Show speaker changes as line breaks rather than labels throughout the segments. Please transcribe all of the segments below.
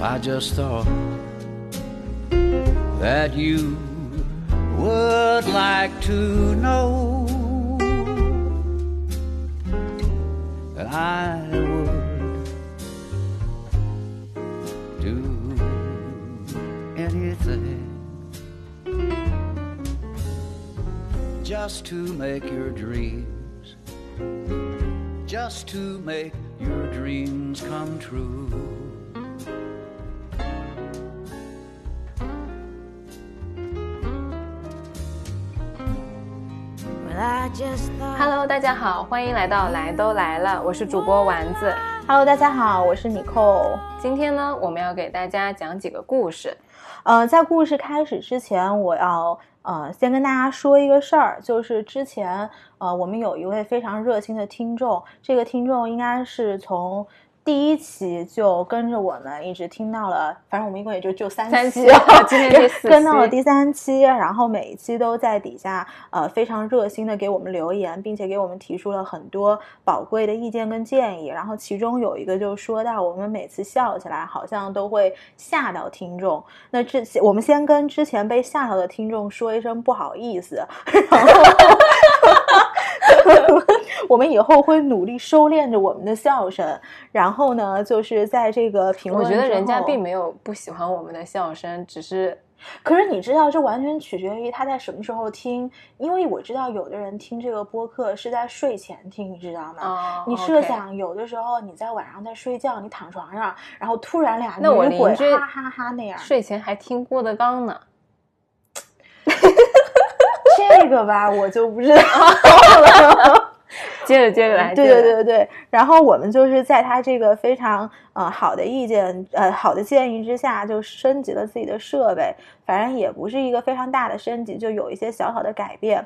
I just thought that you would like to know that I would do anything just to make your dreams, just to make your dreams come true.
Well, I just thought
Hello，大家好，欢迎来到来都来了，我是主播丸子。
Hello，大家好，我是米蔻。
今天呢，我们要给大家讲几个故事。
呃，在故事开始之前，我要呃先跟大家说一个事儿，就是之前呃我们有一位非常热心的听众，这个听众应该是从第一期就跟着我们一直听到了，反正我们一共也就就三
三
期
期啊今天第四
跟到了
期
第三期，然后每一期都在底下呃非常热心的给我们留言，并且给我们提出了很多宝贵的意见跟建议。然后其中有一个就说到，我们每次笑起来好像都会吓到听众。那之前我们先跟之前被吓到的听众说一声不好意思，然后 我们以后会努力收敛着我们的笑声。然后呢，就是在这个评
我
论，
觉得人家并。没有不喜欢我们的笑声，只是
可是你知道，这完全取决于他在什么时候听，因为我知道有的人听这个播客是在睡前听，你知道吗？
啊、
你设
OK
想，有的时候你在晚上在睡觉，你躺床上，然后突然俩
那我
女鬼
邻居
哈哈哈那样，
睡前还听郭德纲呢。
这个吧，我就 不知道。
接着接着来，
对
接着
对对对，然后我们就是在他这个非常呃好的意见呃好的建议之下，就升级了自己的设备，反正也不是一个非常大的升级，就有一些小小的改变。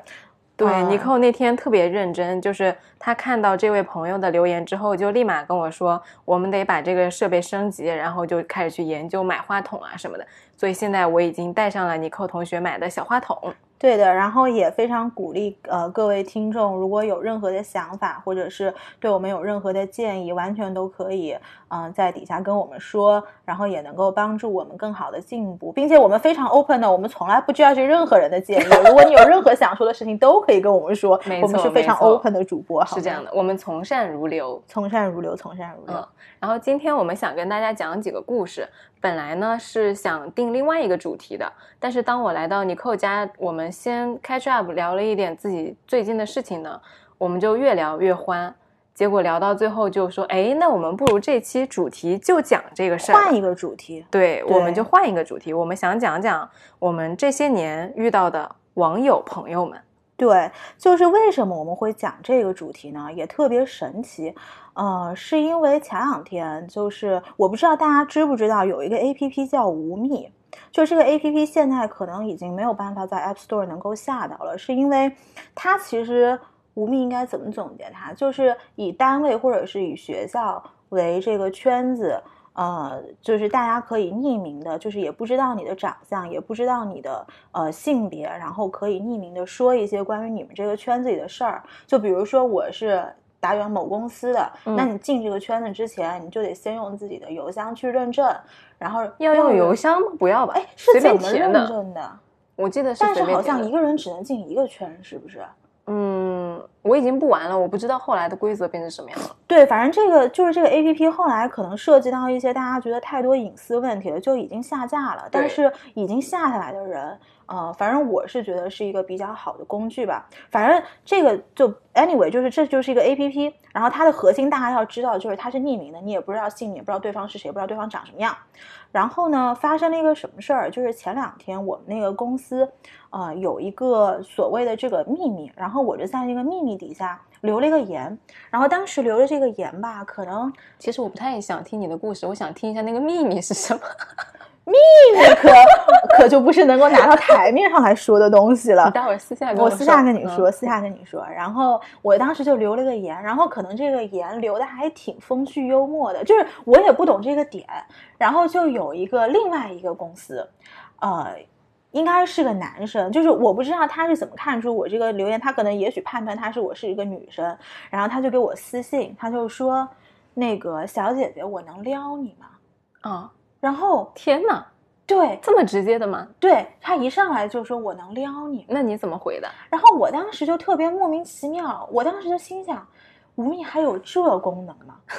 对，
嗯
尼寇那天特别认真，就是他看到这位朋友的留言之后，就立马跟我说，我们得把这个设备升级，然后就开始去研究买话筒啊什么的。所以现在我已经带上了尼寇同学买的小话筒。
对的，然后也非常鼓励呃各位听众，如果有任何的想法，或者是对我们有任何的建议，完全都可以嗯、呃在底下跟我们说，然后也能够帮助我们更好的进步，并且我们非常 open 的，我们从来不 judge 任何人的建议， 如果你有任何想说的事情，都可以跟我们说
没，
我们
错
是非常
没错
open 的主播，好
是这样
的，
的，我们从善如流。
从善如流，从善如流。
嗯然后今天我们想跟大家讲几个故事，本来呢是想定另外一个主题的，但是当我来到尼寇家，我们先 catch up 聊了一点自己最近的事情呢，我们就越聊越欢，结果聊到最后就说，哎，那我们不如这期主题就讲这个事儿吧，
换一个主题，
对，我们
对
就换一个主题，我们想讲讲我们这些年遇到的网友朋友们。
对，就是为什么我们会讲这个主题呢？也特别神奇，呃，是因为前两天，就是我不知道大家知不知道有一个 A P P 叫无觅，就这个 A P P 现在可能已经没有办法在 App Store 能够下到了，是因为它其实无觅应该怎么总结它？就是以单位或者是以学校为这个圈子，呃，就是大家可以匿名的，就是也不知道你的长相，也不知道你的呃性别，然后可以匿名的说一些关于你们这个圈子里的事儿。就比如说我是打远某公司的，
嗯
那你进这个圈子之前，你就得先用自己的邮箱去认证，然后
要用邮，箱吗？不要吧，
哎，是
随
怎
便
么
填
认
的，
证的？
我记得是
但
随
是
便
好
填
像
的
一个人只能进一个圈，是不是？
嗯，我已经不玩了，我不知道后来的规则变成什么样了。
对，反正这个就是这个 A P P 后来可能涉及到一些大家觉得太多隐私问题了，就已经下架了。但
对
是已经下下来的人，呃，反正我是觉得是一个比较好的工具吧。反正这个就 anyway，就是这就是一个 A P P，然后它的核心大家要知道就是它是匿名的，你也不知道姓，你也不知道对方是谁，不知道对方长什么样。然后呢，发生了一个什么事儿？就是前两天我们那个公司，呃，有一个所谓的这个秘密，然后我就在那个秘密底下留了一个言，然后当时留的这个言吧，可能
其实我不太想听你的故事，我想听一下那个秘密是 什么。
秘密可可就不是能够拿到台面上来说的东西
你
了。
待会儿私下跟
我
说
私下跟你
嗯
说，私下跟你说。然后我当时就留了个言，然后可能这个言留的还挺风趣幽默的，就是我也不懂这个点。然后就有一个另外一个公司，呃，应该是个男生，就是我不知道他是怎么看出我这个留言，他可能也许判断他是我是一个女生，然后他就给我私信，他就说那个小姐姐，我能撩你吗？
啊、
然后
天哪，
对
这么直接的吗？
对，他一上来就说我能撩你，
那你怎么回的？
然后我当时就特别莫名其妙，我当时就心想，吴宓还有这功能吗？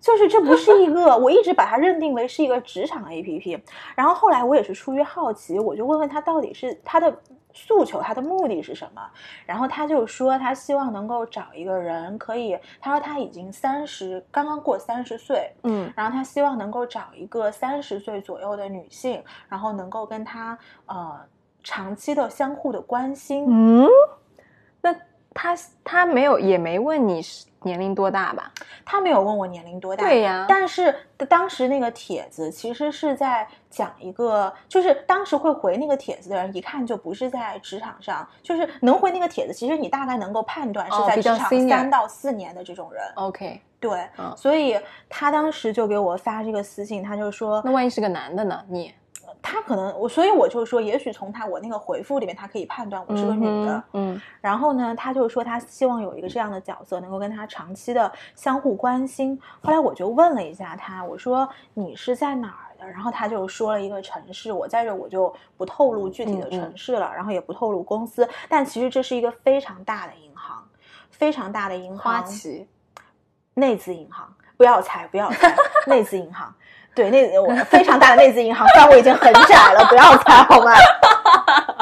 就是这不是一个，我一直把它认定为是一个职场 APP。然后后来我也是出于好奇，我就问问他到底是他的诉求，他的目的是什么。然后他就说他希望能够找一个人可以，他说他已经三十，刚刚过三十岁，
嗯
然后他希望能够找一个三十岁左右的女性，然后能够跟他呃长期的相互的关心，
嗯，那他他没有也没问你是年龄多大吧？
他没有问我年龄多大，
对呀
但是当时那个帖子其实是在讲一个，就是当时会回那个帖子的人，一看就不是在职场上，就是能回那个帖子，其实你大概能够判断是
哦比
在职
较
场
senior
三到四年的这种人。
，OK，
对，
嗯
所以他当时就给我发这个私信，他就说
那万一是个男的呢？你
他可能我，所以我就说，也许从他我那个回复里面，他可以判断我是个女的。
嗯哼，
然后呢，他就说他希望有一个这样的角色，能够跟他长期的相互关心。后来我就问了一下他，我说你是在哪儿的？然后他就说了一个城市，我在这我就不透露具
嗯
体的城市了，然后也不透露公司，但其实这是一个非常大的银行，非常大的银
嗯，
行，
花旗，
内资银行，不要猜，不要猜，内资银行，对，内我非常大的内资银行，范围已经很窄了，不要猜好吗？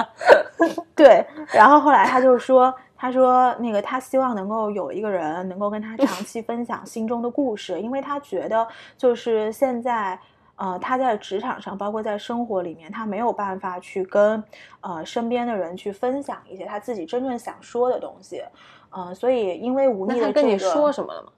对，然后后来他就说，他说那个他希望能够有一个人能够跟他长期分享心中的故事，因为他觉得就是现在。呃，他在职场上，包括在生活里面，他没有办法去跟呃身边的人去分享一些他自己真正想说的东西，嗯、所以因为吴宓
那
的、这
他
个、
跟你说什么了吗？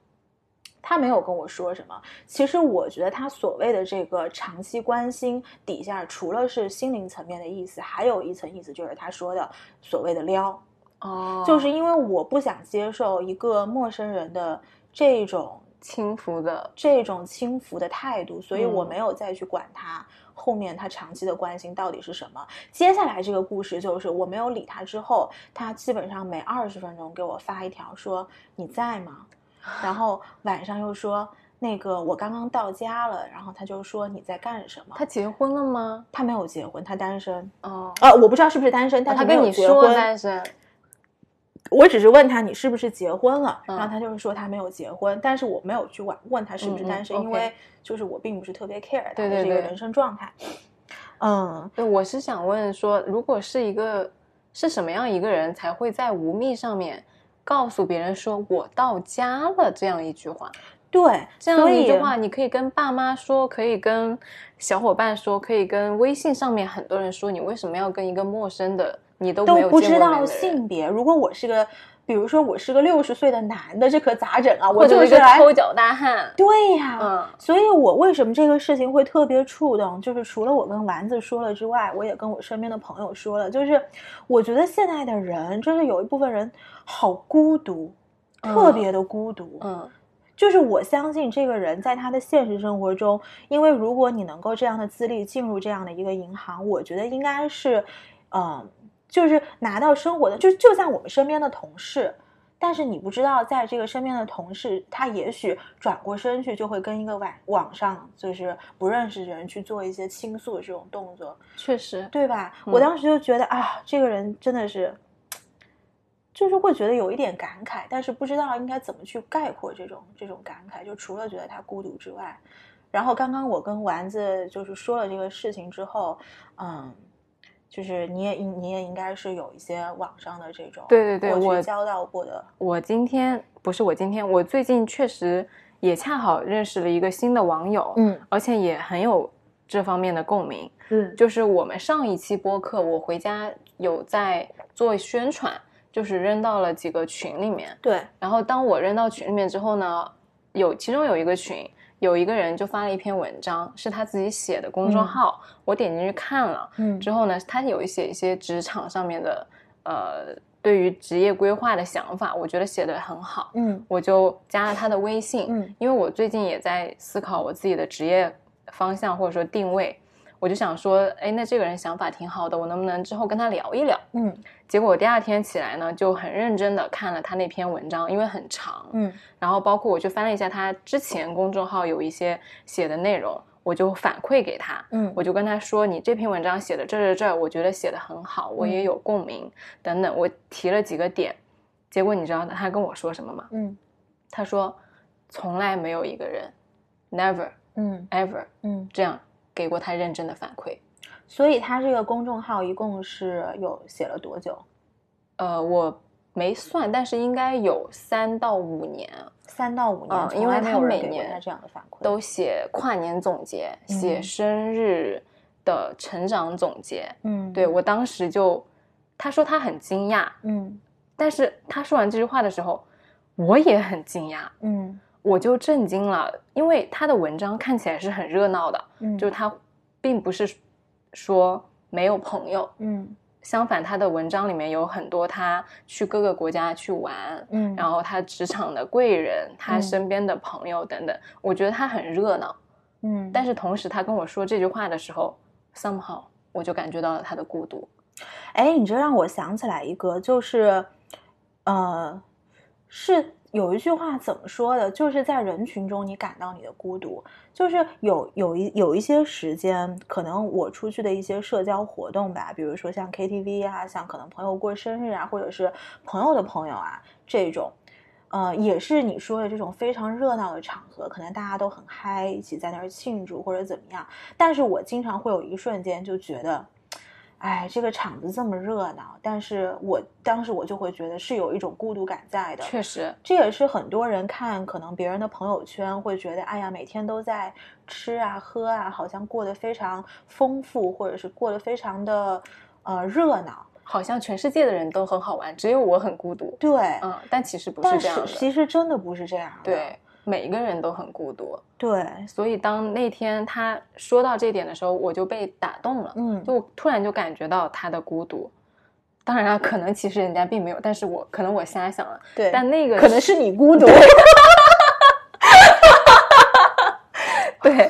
他没有跟我说什么。其实我觉得他所谓的这个长期关心底下，除了是心灵层面的意思，还有一层意思就是他说的所谓的撩，
哦，
就是因为我不想接受一个陌生人的这种
轻浮的，
这种轻浮的态度，所以
嗯
我没有再去管他。后面他长期的关心到底是什么？接下来这个故事就是我没有理他之后，他基本上每二十分钟给我发一条说你在 吗？然后晚上又说那个我刚刚到家了，然后他就说你在干什么？
他结婚了吗？
他没有结婚，他单身。
哦，
呃，我不知道是不是单身，但是
他
没
跟
有
你
结
说
婚。
单身，
我只是问他你是不是结婚了，
嗯
然后他就是说他没有结婚，但是我没有去问问他是不是单身，
嗯嗯
因
OK
为就是我并不是特别 care 他
对
的
对
这个
对
人生状态。嗯，
对，我是想问说，如果是一个是什么样一个人才会在无密上面告诉别人说“我到家了”这样一句话？
对，
这样
所以
一句话，你可以跟爸妈说，可以跟小伙伴说，可以跟微信上面很多人说，你为什么要跟一个陌生的你都没
都
有
不
见
知
过面
道
的人，
性别。如果我是个，比如说我是个六十岁的男的，这可咋整啊？我
或
就
者一
是
个
来，
抠脚大汉？
对啊呀、
嗯，
所以我为什么这个事情会特别触动，就是除了我跟丸子说了之外，我也跟我身边的朋友说了，就是我觉得现在的人真是有一部分人好孤独，
嗯
特别的孤独。
嗯，
就是我相信这个人在他的现实生活中，因为如果你能够这样的资历进入这样的一个银行，我觉得应该是，嗯、就是拿到生活的，就就像我们身边的同事。但是你不知道，在这个身边的同事，他也许转过身去就会跟一个网网上就是不认识的人去做一些倾诉的这种动作，
确实，
对吧？
嗯
我当时就觉得啊，这个人真的是，就是会觉得有一点感慨，但是不知道应该怎么去概括这种这种感慨。就除了觉得他孤独之外，然后刚刚我跟丸子就是说了这个事情之后，嗯，就是你也应你也应该是有一些网上的这种
对对对
过去
我
交到过的，
我今天不是我今天，我最近确实也恰好认识了一个新的网友，
嗯
而且也很有这方面的共鸣。
嗯
就是我们上一期播客，我回家有在做宣传，就是扔到了几个群里面。
对，
然后当我扔到群里面之后呢，有其中有一个群有一个人就发了一篇文章，是他自己写的公众号，我点进去看了
嗯
之后呢，他有一写一些职场上面的呃对于职业规划的想法，我觉得写的很好，
嗯
我就加了他的微信，
嗯
因为我最近也在思考我自己的职业方向或者说定位，我就想说，哎，那这个人想法挺好的，我能不能之后跟他聊一聊？
嗯
结果我第二天起来呢，就很认真的看了他那篇文章，因为很长，
嗯
然后包括我去翻了一下他之前公众号有一些写的内容，我就反馈给他，
嗯
我就跟他说，你这篇文章写的这这这，我觉得写的很好，我
嗯
也有共鸣、等等，我提了几个点，结果你知道他跟我说什么吗？
嗯
他说，从来没有一个人，never
嗯
ever
嗯，
这样给过他认真的反馈。
所以他这个公众号一共是有写了多久？
呃，我没算，但是应该有三到五年
三到五年，
嗯
从
因为
来没
他
有人
每
给过
年
他这样的反馈。
都写跨年总结，写
嗯
生日的成长总结。
嗯，
对我当时就，他说他很惊讶，
嗯
但是他说完这句话的时候，我也很惊讶，
嗯
我就震惊了，因为他的文章看起来是很热闹的，
嗯，
就是他并不是说没有朋友，
嗯
相反他的文章里面有很多他去各个国家去玩，
嗯，
然后他职场的贵人，他
嗯
身边的朋友等等，我觉得他很热闹。
嗯，
但是同时，他跟我说这句话的时候，somehow 我就感觉到了他的孤独。
哎，你这让我想起来一个，就是，呃，是有一句话怎么说的？就是在人群中你感到你的孤独，就是有有一有一些时间，可能我出去的一些社交活动吧，比如说像 KTV 啊，像可能朋友过生日啊，或者是朋友的朋友啊这种。呃，也是你说的这种非常热闹的场合，可能大家都很嗨，一起在那儿庆祝或者怎么样。但是我经常会有一瞬间就觉得，哎，这个场子这么热闹，但是我当时我就会觉得是有一种孤独感在的。
确实，
这也是很多人看可能别人的朋友圈会觉得，哎呀，每天都在吃啊喝啊，好像过得非常丰富，或者是过得非常的呃热闹。
好像全世界的人都很好玩，只有我很孤独。
对，
嗯，但其实不是
但
这样
是
的。
其实真的不是这样的。
对，每一个人都很孤独。
对，
所以当那天他说到这点的时候，我就被打动了，
嗯
就我突然就感觉到他的孤独。当然啊，可能其实人家并没有，但是我可能我瞎想了。
对，
但那个
可能是你孤独，
对，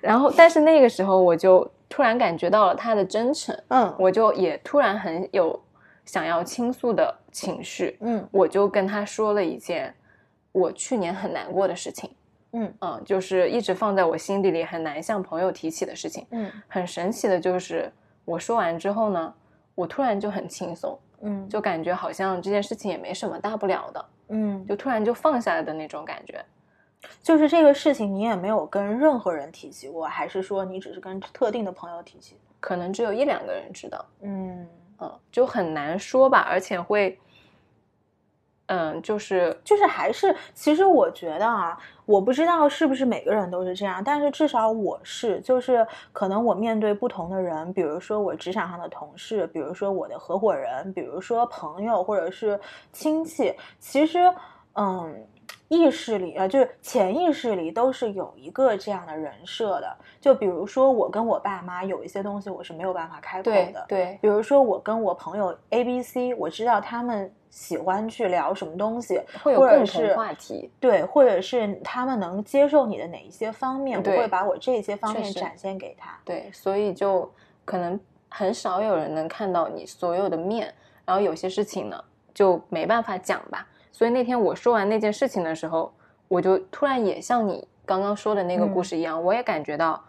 然后，但是那个时候我就突然感觉到了他的真诚，
嗯
我就也突然很有想要倾诉的情绪，
嗯
我就跟他说了一件我去年很难过的事情，
嗯
嗯，就是一直放在我心底里很难向朋友提起的事情。
嗯
很神奇的就是，我说完之后呢，我突然就很轻松，
嗯，
就感觉好像这件事情也没什么大不了的，
嗯，
就突然就放下来的那种感觉。
就是这个事情你也没有跟任何人提起过，还是说你只是跟特定的朋友提起？
可能只有一两个人知道，
嗯，
嗯，就很难说吧，而且会，嗯，就是
就是还是，其实我觉得啊，我不知道是不是每个人都是这样，但是至少我是，就是可能我面对不同的人，比如说我职场上的同事，比如说我的合伙人，比如说朋友或者是亲戚，其实，嗯。意识里啊，呃就是潜意识里都是有一个这样的人设的。就比如说，我跟我爸妈有一些东西我是没有办法开口
对
的，
对，
比如说我跟我朋友 A、B、C，我知道他们喜欢去聊什么东西，
会有
或者
共同
是
话题，
对，或者是他们能接受你的哪一些方面，我
对
会把我这些方
确
面
实
展现给他。
对，所以就可能很少有人能看到你所有的面，然后有些事情呢就没办法讲吧。所以那天我说完那件事情的时候，我就突然也像你刚刚说的那个故
嗯
事一样，我也感觉到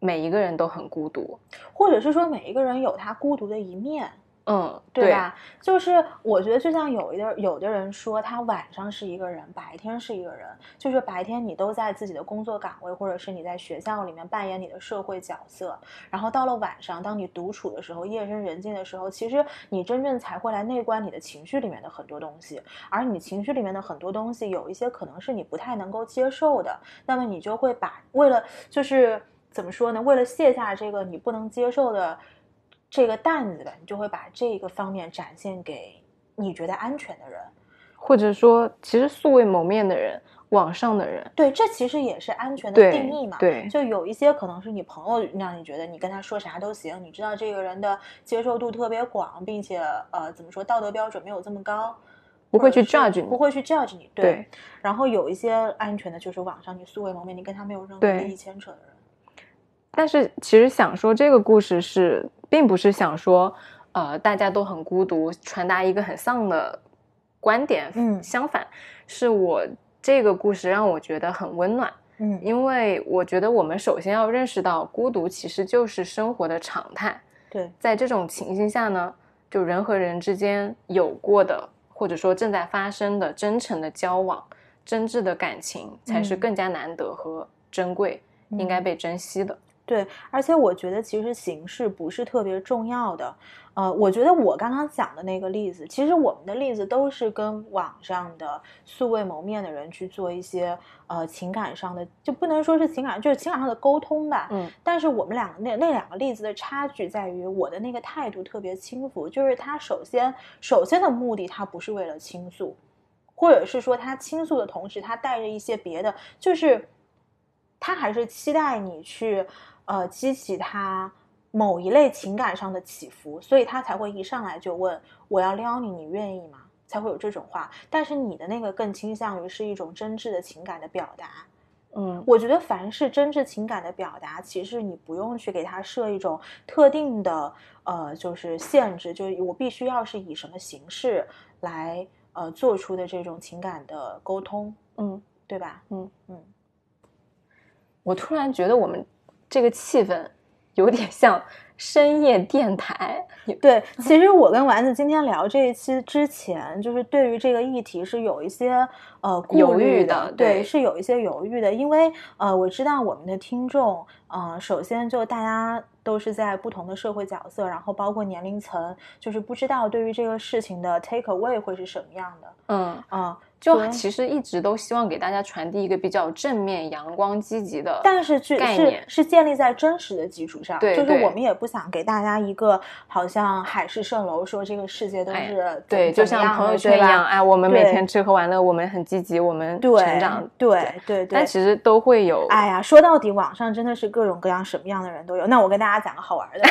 每一个人都很孤独，
或者是说每一个人有他孤独的一面，
嗯，
对吧？就是我觉得就像有一的有的人说，他晚上是一个人，白天是一个人，就是白天你都在自己的工作岗位，或者是你在学校里面扮演你的社会角色，然后到了晚上，当你独处的时候，夜深人静的时候，其实你真正才会来内观你的情绪里面的很多东西，而你情绪里面的很多东西，有一些可能是你不太能够接受的，那么你就会把为了就是怎么说呢？为了卸下这个你不能接受的这个担子吧，你就会把这个方面展现给你觉得安全的人。
或者说其实素未谋面的人，网上的人，
对，这其实也是安全的
对
定义嘛。
对
就有一些可能是你朋友让你觉得你跟他说啥都行，你知道这个人的接受度特别广，并且呃怎么说道德标准没有这么高，
不会去
或者是
judge 你
不会去 judge 你。对。
对
然后有一些安全的，就是网上你素未谋面，你跟他没有任何
对
利益牵扯的人。
但是其实想说这个故事是，并不是想说，呃，大家都很孤独，传达一个很丧的观点。
嗯
相反，是我这个故事让我觉得很温暖。
嗯
因为我觉得我们首先要认识到，孤独其实就是生活的常态。
对，
在这种情形下呢，就人和人之间有过的，或者说正在发生的真诚的交往、真挚的感情，才是
嗯
更加难得和珍贵，应该
嗯
被珍惜的。
对，而且我觉得其实形式不是特别重要的，呃，我觉得我刚刚讲的那个例子，其实我们的例子都是跟网上的素未谋面的人去做一些呃情感上的，就不能说是情感，就是情感上的沟通吧。
嗯
但是我们两个那那两个例子的差距在于，我的那个态度特别轻浮，就是他首先首先的目的，他不是为了倾诉，或者是说他倾诉的同时，他带着一些别的，就是他还是期待你去呃激起他某一类情感上的起伏，所以他才会一上来就问我要撩你，你愿意吗？才会有这种话。但是你的那个更倾向于是一种真挚的情感的表达，
嗯，
我觉得凡是真挚情感的表达，其实你不用去给它设一种特定的呃，就是限制，就是我必须要是以什么形式来呃做出的这种情感的沟通，
嗯，
对吧？
嗯
嗯，
我突然觉得我们这个气氛有点像深夜电台。
对。 其实我跟丸子今天聊这一期之前，就是对于这个议题是有一些呃顾
犹豫
虑
的
对，
对
是有一些犹豫的，因为呃，我知道我们的听众，呃，首先就大家都是在不同的社会角色，然后包括年龄层，就是不知道对于这个事情的 take away 会是什么样的
嗯，
啊、
就
对
其实一直都希望给大家传递一个比较正面、阳光、积极的，
但是去
概
是
念
是建立在真实的基础上，
对
就是
对
我们也不想给大家一个好像海市蜃楼，说这个世界都
哎
是、
对，就像朋友圈一
吧
样，哎，我们每
对
天吃喝玩乐，我们很积极，我们
对
成长，
对对对
但。其实都会有，
哎呀，说到底，网上真的是各种各样、什么样的人都有。那我跟大家讲个好玩 的吧，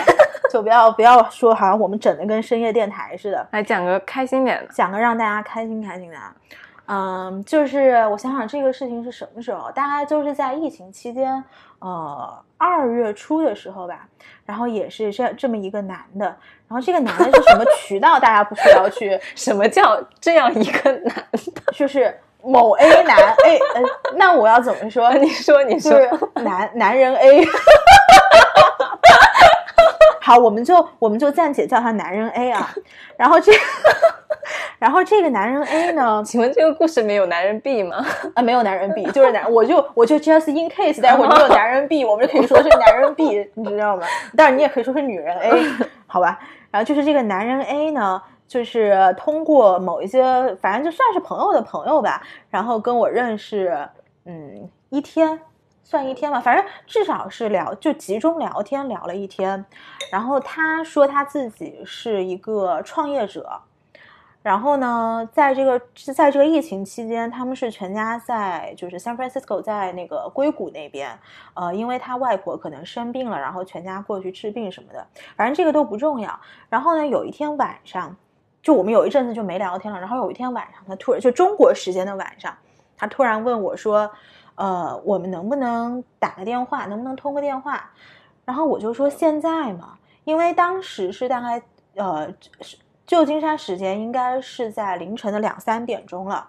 就不要不要说好像我们整的跟深夜电台似的，
来讲个开心点的，
讲个让大家开心开心的啊。嗯，就是我想想这个事情是什么时候，大概就是在疫情期间，呃，二月初的时候吧。然后也是这这么一个男的，然后这个男的是什么渠道，大家不需要去
什么叫这样一个男？
就是某 A 男 A，呃，那我要怎么说？
你说，你
就
说，
是男男人 A。好，我们就我们就暂且叫他男人 A 啊。然后这， 然后这个男人 A 呢，
请问这个故事里面有男人 B 吗？
啊，没有男人 B，就是男，我就我就 just in case，待会儿你有男人 B，我们就可以说是男人 B，你知道吗？但是你也可以说是女人 A，好 吧？然后就是这个男人 A 呢，就是通过某一些，反正就算是朋友的朋友吧，然后跟我认识，嗯，一天。算一天吧，反正至少是聊，就集中聊天聊了一天。然后他说他自己是一个创业者，然后呢，在这个在这个疫情期间，他们是全家在就是 San Francisco 在那个硅谷那边，呃，因为他外婆可能生病了，然后全家过去治病什么的，反正这个都不重要。然后呢，有一天晚上，就我们有一阵子就没聊天了，然后有一天晚上，他突然就中国时间的晚上，他突然问我说，呃，我们能不能打个电话，能不能通个电话？然后我就说现在嘛，因为当时是大概呃是旧金山时间应该是在凌晨的两三点钟了。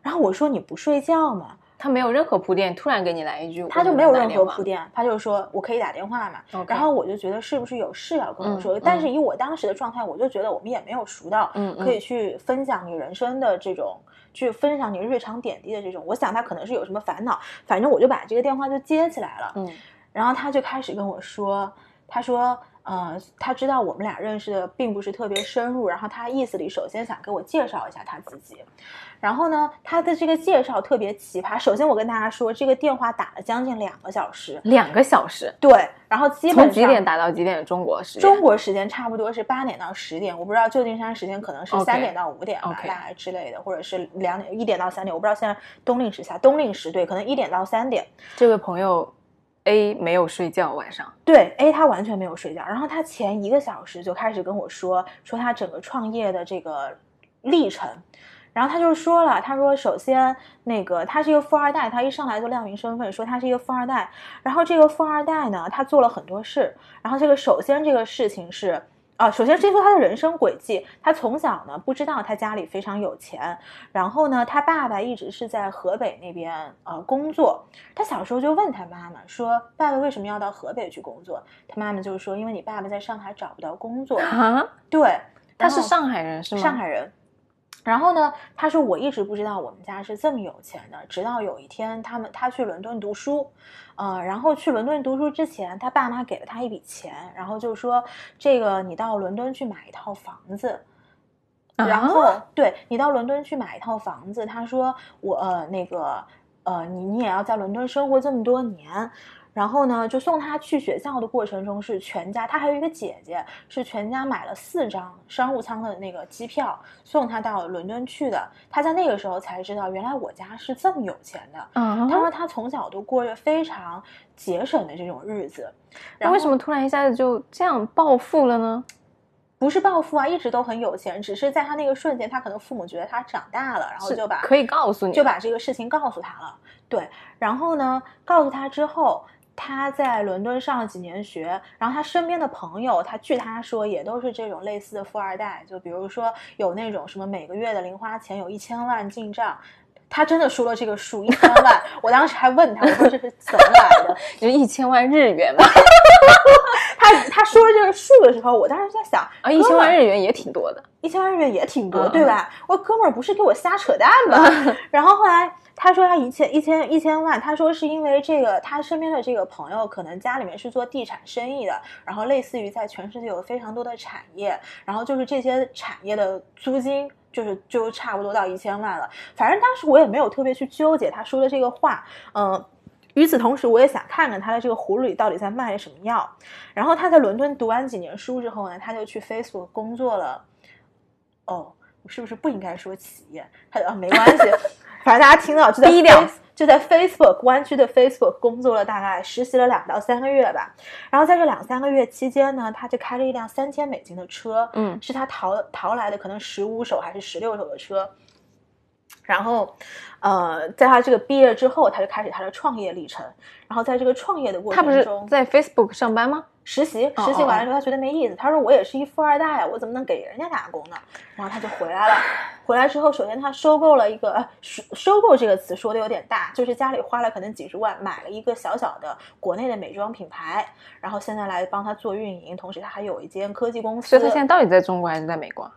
然后我说你不睡觉吗？
他没有任何铺垫，突然给你来一句，
他
我
就
们
没有
能
任
打
何
电话
铺垫，他就说我可以打电话嘛。
OK
然后我就觉得是不是有事要跟我说？
嗯
但是以我当时的状态，我就觉得我们也没有熟到
嗯嗯
可以去分享你人生的这种，去分享你日常点滴的这种。我想他可能是有什么烦恼，反正我就把这个电话就接起来了。
嗯
然后他就开始跟我说，他说，呃，他知道我们俩认识的并不是特别深入，然后他意思里首先想给我介绍一下他自己，然后呢，他的这个介绍特别奇葩。首先我跟大家说，这个电话打了将近两个小时，
两个小时，
对，然后基
从
本
几点
上。
打到几点？中国时间
中国时间差不多是八点到十点，我不知道旧金山时间可能是
OK
三点到五点吧
OK
大概之类的，或者是两点一点到三点，我不知道现在冬令时下冬令时对，可能一点到三点，
这位朋友 A 没有睡觉晚上，
对 A 他完全没有睡觉，然后他前一个小时就开始跟我说说他整个创业的这个历程，然后他就说了，他说首先那个他是一个富二代，他一上来就亮明身份说他是一个富二代，然后这个富二代呢，他做了很多事，然后这个首先这个事情是啊，首先先说他的人生轨迹，他从小呢不知道他家里非常有钱，然后呢，他爸爸一直是在河北那边呃工作。他小时候就问他妈妈说：“爸爸为什么要到河北去工作？”他妈妈就说：“因为你爸爸在上海找不到 工作。
啊，”
对，
他是
然后
上海人是吗？
上海人。然后呢，他说我一直不知道我们家是这么有钱的，直到有一天他们他去伦敦读书，呃，然后去伦敦读书之前，他爸妈给了他一笔钱，然后就说这个你到伦敦去买一套房子，
啊，
然后、对你到伦敦去买一套房子，他说我呃那个呃你你也要在伦敦生活这么多年，然后呢就送他去学校的过程中是全家，他还有一个姐姐是全家买了四张商务舱的那个机票送他到伦敦去的，他在那个时候才知道原来我家是这么有钱的。
啊，
他说他从小都过着非常节省的这种日子，然
那
后
为什么突然一下子就这样暴富了呢？
不是暴富啊，一直都很有钱，只是在他那个瞬间，他可能父母觉得他长大了，然后
是
就把
可以告诉你，
就把这个事情告诉他了。对，然后呢，告诉他之后，他在伦敦上了几年学，然后他身边的朋友，他据他说也都是这种类似的富二代，就比如说有那种什么每个月的零花钱有一千万进账。他真的说了这个数一千万，我当时还问他，我说这是怎么来的？
就是一千万日元 嘛，
他他说这个数的时候，我当时在想，
啊，一千万日元也挺多的。
一千万日元也挺多，
嗯
对吧？我哥们儿不是给我瞎扯淡吧？ 然后后来他说他一千一千一千万，他说是因为这个他身边的这个朋友可能家里面是做地产生意的，然后类似于在全世界有非常多的产业，然后就是这些产业的租金。就是就差不多到一千万了，反正当时我也没有特别去纠结他说的这个话，嗯、与此同时，我也想看看他的这个葫芦里到底在卖什么药。然后他在伦敦读完几年书之后呢，他就去 Facebook 工作了。哦，我是不是不应该说企业？他啊，没关系， 反正大家听到就在
低调
Face- 就在 Facebook 湾区的 Facebook 工作了大概实习了两到三个月吧。然后在这两三个月期间呢，他就开了一辆三千美金的车，
嗯
是他淘淘来的，可能十五手还是十六手的车。然后，呃，在他这个毕业之后，他就开始他的创业历程。然后在这个创业的过
他
程
不是
中，
在 Facebook 上班吗？
实习，
哦
实习完了之后，他觉得没意思。他说：“我也是一富二代啊，我怎么能给人家打工呢？”然后他就回来了。回来之后，首先他收购了一个呃收收购这个词说的有点大，就是家里花了可能几十万买了一个小小的国内的美妆品牌，然后现在来帮他做运营，同时他还有一间科技公司。
所以他现在到底在中国还是在美国？啊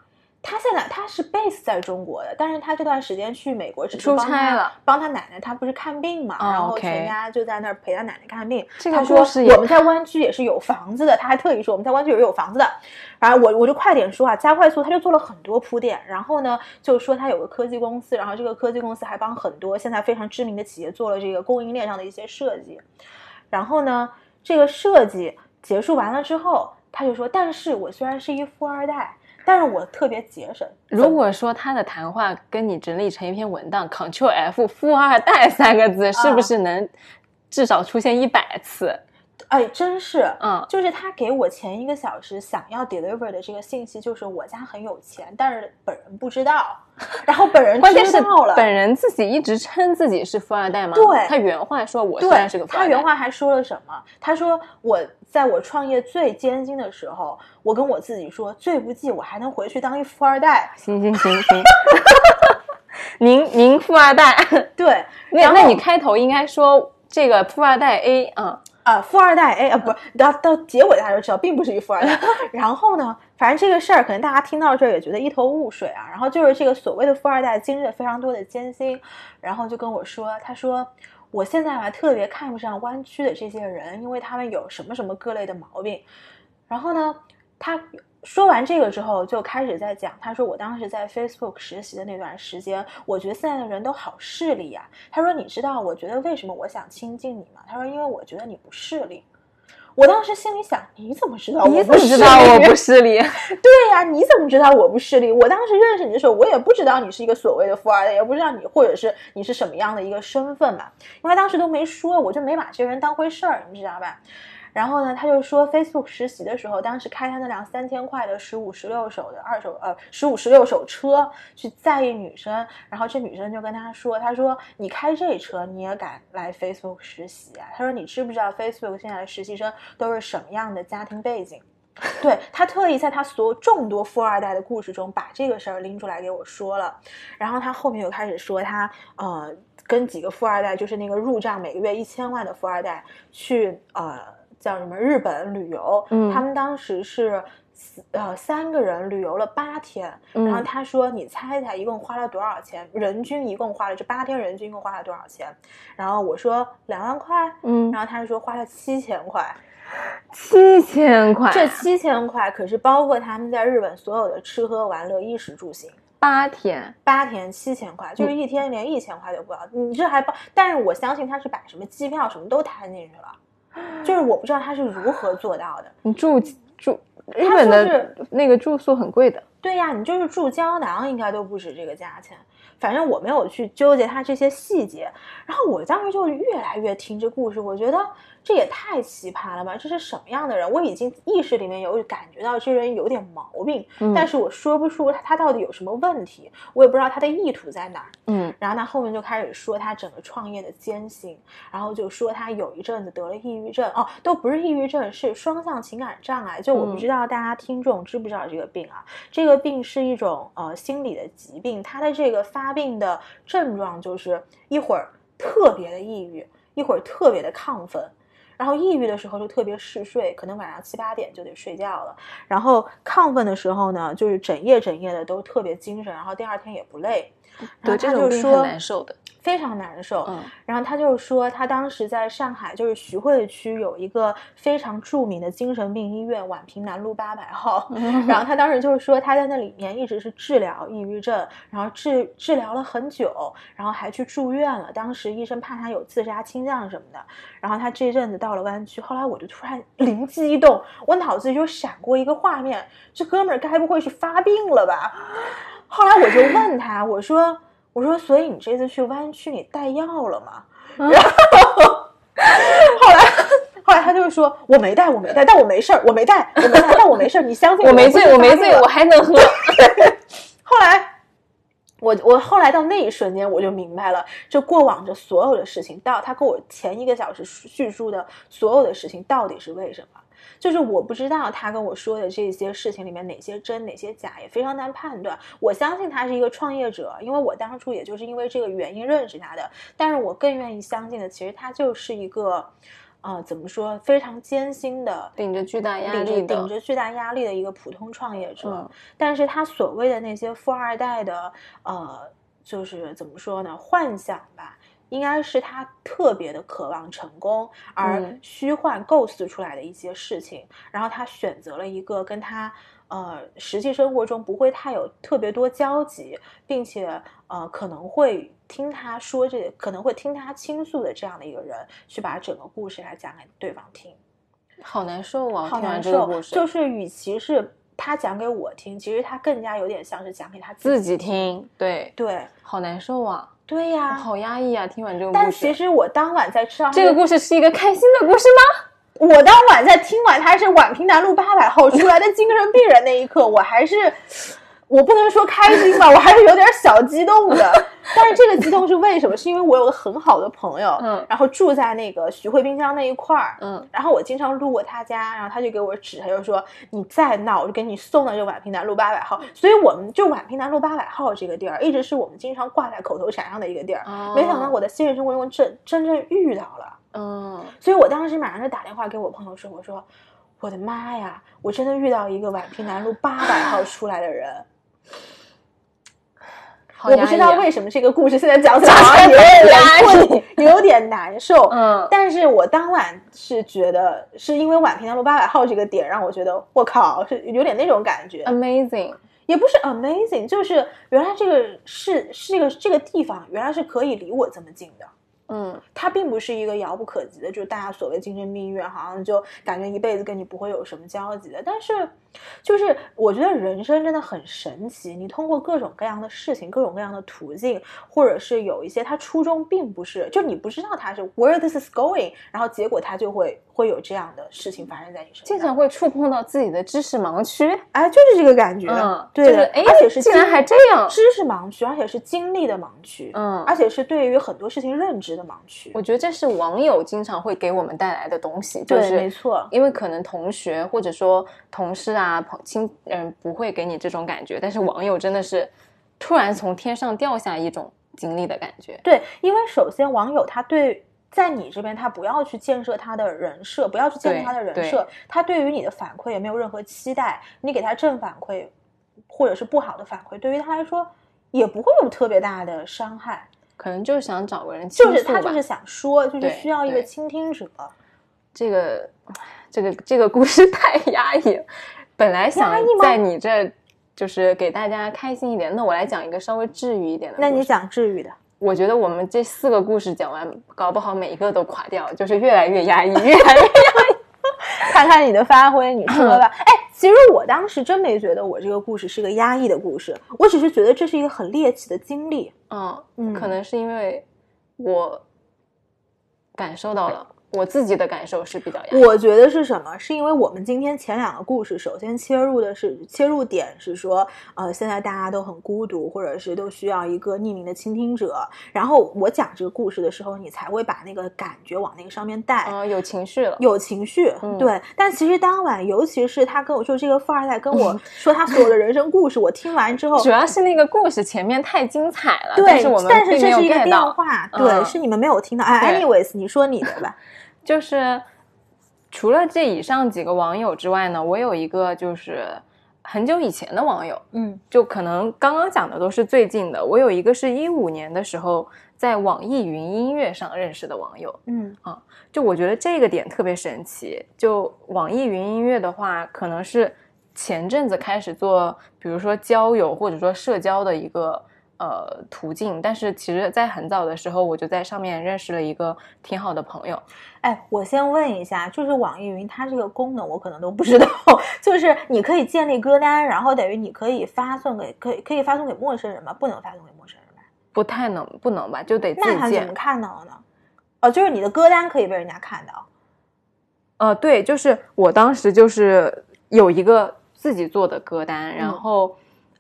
他现在他是 base 在中国的，但是他这段时间去美国只是
出
帮他
差了，
帮他奶奶，他不是看病嘛，
哦
然后
OK
全家就在那儿陪他奶奶看病。
这个
他说
故事也
我们在湾区也是有房子的，他还特意说我们在湾区也是有房子的。然后我我就快点说啊，加快速，他就做了很多铺垫，然后呢就说他有个科技公司，然后这个科技公司还帮很多现在非常知名的企业做了这个供应链上的一些设计。然后呢，这个设计结束完了之后，他就说：“但是我虽然是一富二代，但是我特别节省。
如果说他的谈话跟你整理成一篇文档，Ctrl F 富二代三个
啊
字，是不是能至少出现一百次？
哎，真是，
嗯，
就是他给我前一个小时想要 deliver 的这个信息，就是我家很有钱，但是本人不知道，然后本人
关键
知
是
道了。”
本人自己一直称自己是富二代吗？
对
他原话说我虽然是
对
个，富二
他
代，
原话还说了什么？他说：“我在我创业最艰辛的时候，我跟我自己说，最不济我还能回去当一富二代。
行行行行， 您您富二 代，”
对，
那
然
那
后
你开头应该说这个富二代 A 啊、
啊，富二代 A 啊，不是到到结尾大家就知道，并不是一富二代。然后呢，反正这个事儿可能大家听到这儿也觉得一头雾水啊。然后就是这个所谓的富二代经历了非常多的艰辛，然后就跟我说，他说我现在吧特别看不上湾区的这些人，因为他们有什么什么各类的毛病。然后呢，他说完这个之后，就开始在讲，他说我当时在 Facebook 实习的那段时间，我觉得现在的人都好势利呀、他说你知道，我觉得为什么我想亲近你吗？他说因为我觉得你不势利。我当时心里想，你怎么知哦道我
你
不
怎么知
势
道
利
我不势利？
对呀、你怎么知道我不势利？我当时认识你的时候，我也不知道你是一个所谓的富二代，也不知道你或者是你是什么样的一个身份嘛，因为他当时都没说，我就没把这个人当回事儿，你知道吧？然后呢，他就说 Facebook 实习的时候，当时开他那辆三千块的十五十六手的二手呃十五十六手车去在意女生，然后这女生就跟他说，他说你开这车你也敢来 Facebook 实习啊？他说你知不知道 Facebook 现在的实习生都是什么样的家庭背景？ 对他特意在他所有众多富二代的故事中把这个事儿拎出来给我说了，然后他后面又开始说他呃跟几个富二代，就是那个入账每个月一千万的富二代去呃叫什么日本旅游，
嗯
他们当时是四呃三个人旅游了八天， 然后
嗯
他说你猜猜一共花了多少钱？人均一共花了这八天人均一共花了多少钱？然后我说两万块，
嗯，
然后他说花了七千块。
七千块，
这七千块可是包括他们在日本所有的吃喝玩乐、衣食住行，
八天，
八天七千块，就是一天连一千块都不要。你这还包？但是我相信他是把什么机票什么都摊进去了，就是我不知道他是如何做到的。
你住住日
嗯他
本
说
的那个住宿很贵的，
对呀，你就是住胶囊应该都不止这个价钱。反正我没有去纠结他这些细节，然后我当时就越来越听这故事，我觉得这也太奇葩了吧！这是什么样的人？我已经意识里面有感觉到这人有点毛病，
嗯
但是我说不出他他到底有什么问题，我也不知道他的意图在哪儿。
嗯
然后他后面就开始说他整个创业的艰辛，然后就说他有一阵子得了抑郁症，哦，都不是抑郁症，是双向情感障碍。就我不
嗯
知道大家听众知不知道这个病啊？这个病是一种呃心理的疾病，它的这个发病的症状就是一会儿特别的抑郁，一会儿特别的亢奋。然后抑郁的时候就特别嗜睡，可能晚上七八点就得睡觉了。然后亢奋的时候呢，就是整夜整夜的都特别精神，然后第二天也不累。然后
嗯对，这
他
种
就
病很
说
难受的，
非常难受。
嗯
然后他就说，他当时在上海，就是徐汇区有一个非常著名的精神病医院——宛平南路八百 号。然后他当时就是说，他在那里面一直是治疗抑郁症，然后治治疗了很久，然后还去住院了。当时医生怕他有自杀倾向什么的。然后他这阵子到了湾区，后来我就突然 灵机一动，我脑子里就闪过一个画面：这哥们儿该不会是发病了吧？后来我就问他，我说。我说，所以你这次去湾区，你带药了吗？
嗯
后来他就说我没带，我没带，但我没事儿，我没带，我没带，但我没事儿，你相信
我没
不
醉
是，
我没
发
醉，
病
我
了
还 能喝，
后来。我我后来到那一瞬间，我就明白了，这过往这所有的事情，到他跟我前一个小时叙述的所有的事情，到底是为什么？就是我不知道他跟我说的这些事情里面哪些真哪些假，也非常难判断。我相信他是一个创业者，因为我当初也就是因为这个原因认识他的。但是我更愿意相信的，其实他就是一个，呃，怎么说，非常艰辛的，
顶着巨大压
顶着
力的
顶着巨大压力的一个普通创业者。
嗯
但是他所谓的那些富二代的，呃，就是怎么说呢，幻想吧，应该是他特别的渴望成功而
嗯
虚幻构思出来的一些事情，然后他选择了一个跟他。呃，实际生活中不会太有特别多交集，并且呃可能会听他说这个，可能会听他倾诉的这样的一个人，去把整个故事来讲给对方听。
好难受啊！
好
听完
难
这个
受
故，事，
就是与其是他讲给我听，其实他更加有点像是讲给他
自
己
己。听，对，
对
好难受啊，
对
我
呀、
好压抑啊！听完这个故事，
但其实我当晚在吃完
这个故事是一个开心的故事吗？
我当晚在听完他是宛平南路八百号出来的精神病人那一刻，我还是。我不能说开心吧，我还是有点小激动的。但是这个激动是为什么？是因为我有个很好的朋友，
嗯
然后住在那个徐汇滨江那一块儿，
嗯，
然后我经常路过他家，然后他就给我指，他就说：“你再闹，我就给你送到这宛平南路八百号。”所以我们就宛平南路八百号这个地儿，一直是我们经常挂在口头禅上的一个地儿。
哦
没想到我的现实生活中真真正遇到了，
嗯，
所以我当时马上就打电话给我朋友说：“我说，我的妈呀，我真的遇到一个宛平南路八百
啊
号出来的人。”
好
我
压抑啊
不知道为什么这个故事现在讲起来
讲
好像
起
有
来很
点
压抑
困有点难受。
嗯
但是我当晚是觉得，是因为宛平南路八百号这个点让我觉得，我靠，是有点那种感觉，
嗯，amazing，
也不是 amazing，就是原来这个是是这个这个地方原来是可以离我这么近的。
嗯，
它并不是一个遥不可及的，就是大家所谓精神病医院，好像就感觉一辈子跟你不会有什么交集的。但是就是我觉得人生真的很神奇，你通过各种各样的事情、各种各样的途径，或者是有一些他初衷并不是，就你不知道他是 where this is going，然后结果他就会会有这样的事情发生在你身
经
上。
常会触碰到自己的知识盲区，
哎，就是这个感觉，
嗯，
对
就是
的，
哎，
而且是
竟然
经
还这样，
知识盲区，而且是经历的盲区，
嗯
而且是对于很多事情认知的盲区。
我觉得这是网友经常会给我们带来的东西，就
对，
是
没错，
因为可能同学或者说同事啊、朋亲嗯不会给你这种感觉，但是网友真的是突然从天上掉下一种经历的感觉。
对，因为首先网友他对在你这边，他不要去建设他的人设，不要去建立他的
对
人设，他对于你的反馈也没有任何期待，你给他正反馈或者是不好的反馈，对于他来说也不会有特别大的伤害，
可能就是想找个人倾诉
就
吧。
是他就是想说，就是
对
需要一个
对
倾听者。
这个这个这个故事 太压抑了，本来想
压抑吗
在你这就是给大家开心一点，那我来讲一个稍微治愈一点的。
那你，讲治愈的，
我觉得我们这四个故事讲完，搞不好每一个都垮掉，就是越来越压抑，越来越。
看看你的发挥，你说吧。哎，其实我当时真没觉得我这个故事是个压抑的故事，我只是觉得这是一个很猎奇的经历。
嗯，
嗯
可能是因为我感受到了我自己的感受是比较压抑。
我觉得是什么？是因为我们今天前两个故事，首先切入的是切入点是说，呃，现在大家都很孤独，或者是都需要一个匿名的倾听者。然后我讲这个故事的时候，你才会把那个感觉往那个上面带。
嗯，有情绪了。
有情绪，
嗯
对，但其实当晚，尤其是他跟我说这个富二代跟我说他所有的人生故事，我听完之后，
主要嗯是那个故事前面太精彩了，
对，
但是我们并没
这
有
是一个
get
变
到。
化，
嗯
对，是你们没有听到。哎
对
，anyways，你说你的吧，
就是除了这以上几个网友之外呢，我有一个就是很久以前的网友，
嗯
就可能刚刚讲的都是最近的。我有一个是一五年的时候在网易云音乐上认识的网友，
嗯
就我觉得这个点特别神奇。就网易云音乐的话，可能是前阵子开始做，比如说交友或者说社交的一个呃途径，但是其实在很早的时候，我就在上面认识了一个挺好的朋友。
哎，我先问一下，就是网易云它这个功能我可能都不知道， 就是你可以建立歌单，然后等于你可以发送给可以可以发送给陌生人吗？不能发送给陌生人吧？
不太能，不能吧，就得自
那他
己
怎么
建。
看到呢？哦，就是你的歌单可以被人家看到。
呃，对，就是我当时就是有一个自己做的歌单，然
嗯
后、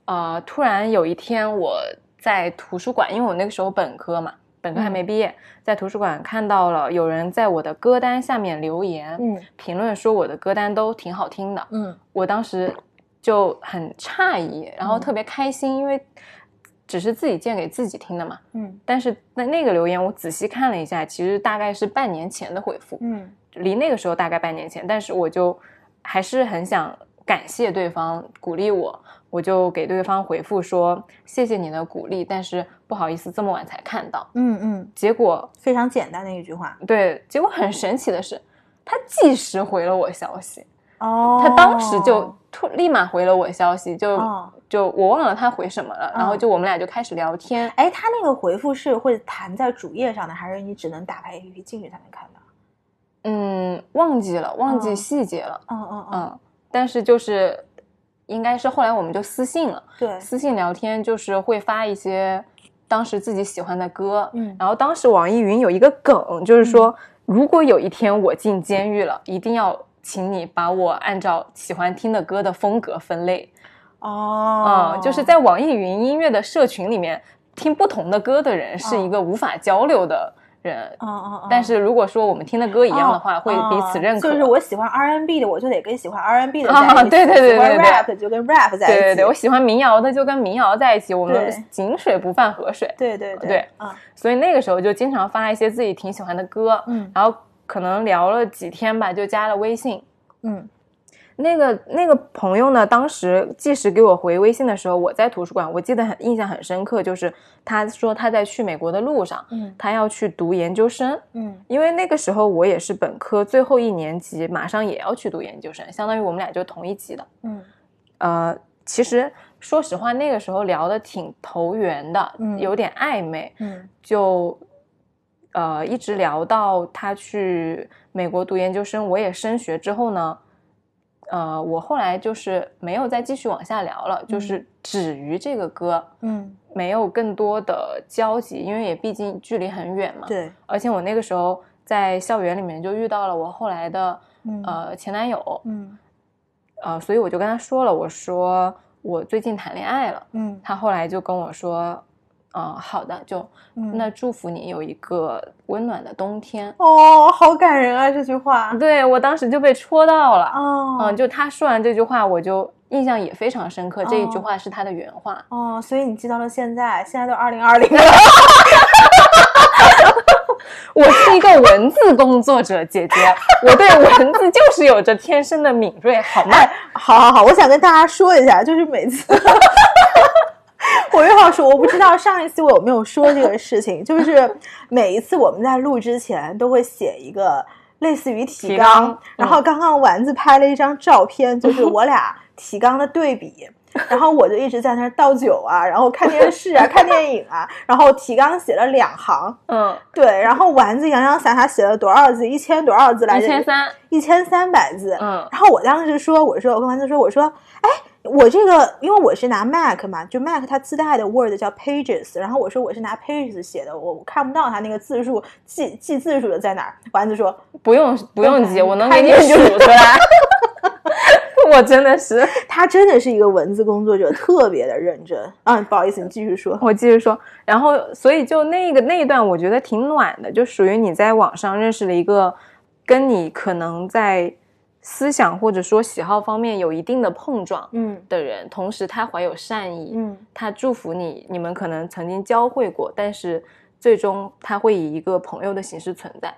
呃，突然有一天我在图书馆，因为我那个时候本科嘛，本科还
嗯
没毕业，在图书馆看到了有人在我的歌单下面留言，
嗯
评论说我的歌单都挺好听的，
嗯
我当时就很诧异，然后
嗯
特别开心，因为只是自己建给自己听的嘛。
嗯
但是那那个留言我仔细看了一下，其实大概是半年前的回复，
嗯
离那个时候大概半年前。但是我就还是很想感谢对方鼓励我，我就给对方回复说谢谢你的鼓励，但是不好意思这么晚才看到。
嗯嗯，
结果
非常简单的一句话。
对，结果很神奇的是，他即时回了我消息，
哦
他当时就突立马回了我消息，就
哦
就我忘了他回什么了，然后
嗯
就我们俩就开始聊天。
哎，他那个回复是会弹在主页上的，还是你只能打开 APP 进去才能看到？
嗯，忘记了，忘记
嗯
细节了。
嗯嗯嗯，
嗯，但是就是应该是后来我们就私信了，
哦对，
私信聊天就是会发一些当时自己喜欢的歌，
嗯
然后当时网易云有一个梗，就是说、如果有一天我进监狱了，一定要请你把我按照喜欢听的歌的风格分类，
哦
啊、就是在网易云音乐的社群里面听不同的歌的人是一个无法交流的人。
嗯嗯嗯，
但是如果说我们听的歌一样的话，
哦
会彼此认可。
就是我喜欢 R&B 的，我就得跟喜欢 R&B 的在一
啊
起；
对对对
喜欢
对对
rap 就跟 rap 在一
对
起。
对对，我喜欢民谣的就跟民谣在一起，我们
对
井水不犯河水。
对对对
对
嗯
所以那个时候就经常发一些自己挺喜欢的歌，
嗯
然后可能聊了几天吧，就加了微信。
嗯
那个那个朋友呢，当时即使给我回微信的时候，我在图书馆，我记得很印象很深刻，就是他说他在去美国的路上，
嗯
他要去读研究生，
嗯
因为那个时候我也是本科最后一年级，马上也要去读研究生，相当于我们俩就同一级的。
嗯
呃，其实说实话，那个时候聊的挺投缘的，
嗯
有点暧昧，
嗯
就呃一直聊到他去美国读研究生，我也升学之后呢，呃，我后来就是没有再继续往下聊了，就是止于这个歌，
嗯，
没有更多的交集，因为也毕竟距离很远嘛。
对，
而且我那个时候在校园里面就遇到了我后来的
嗯
呃前男友，
嗯
呃，所以我就跟他说了，我说我最近谈恋爱了。
嗯
他后来就跟我说，嗯、好的，就
嗯，
那祝福你有一个温暖的冬天。
哦，好感人啊这句话，
对我当时就被戳到了，
哦，
嗯，就他说完这句话，我就印象也非常深刻。这一句
哦
话是他的原 话，
哦，所以你记到了现在，现在都二零二零了，
我是一个文字工作者 姐姐，我对文字就是有着天生的敏锐，好吗？
哎好好好，我想跟大家说一下，就是每次 我又要说，我不知道上一期我有没有说这个事 情，就是每一次我们在录之前都会写一个类似于提
提
纲，
纲嗯
然后刚刚丸子拍了一张照片， 就是我俩提纲的对比。然后我就一直在那儿倒酒啊，然后看电视 啊，看电影啊，然后提纲写了两行，
嗯，
对，然后丸子洋洋洒洒写了多少字？一千多少字来
一
着？
千三，
一千三百字。
嗯
然后我当时说，我说我跟丸子说，我说，哎，我这个因为我是拿 Mac 嘛，就 Mac 它自带的 Word 叫 Pages，然后我说我是拿 Pages 写的，我我看不到它那个字数记记字数的在哪儿。丸子说，
不用不用 急，我能给你
看见就
数出来。 我真的是，
他真的是一个文字工作者，特别的认真。啊，不好意思，你继续说。
我继续说，然后所以就那个那一段，我觉得挺暖的，就属于你在网上认识了一个跟你可能在思想或者说喜好方面有一定的碰撞
嗯
的人，同时他怀有善意，
嗯
他祝福你，你们可能曾经交汇过，但是最终他会以一个朋友的形式存在。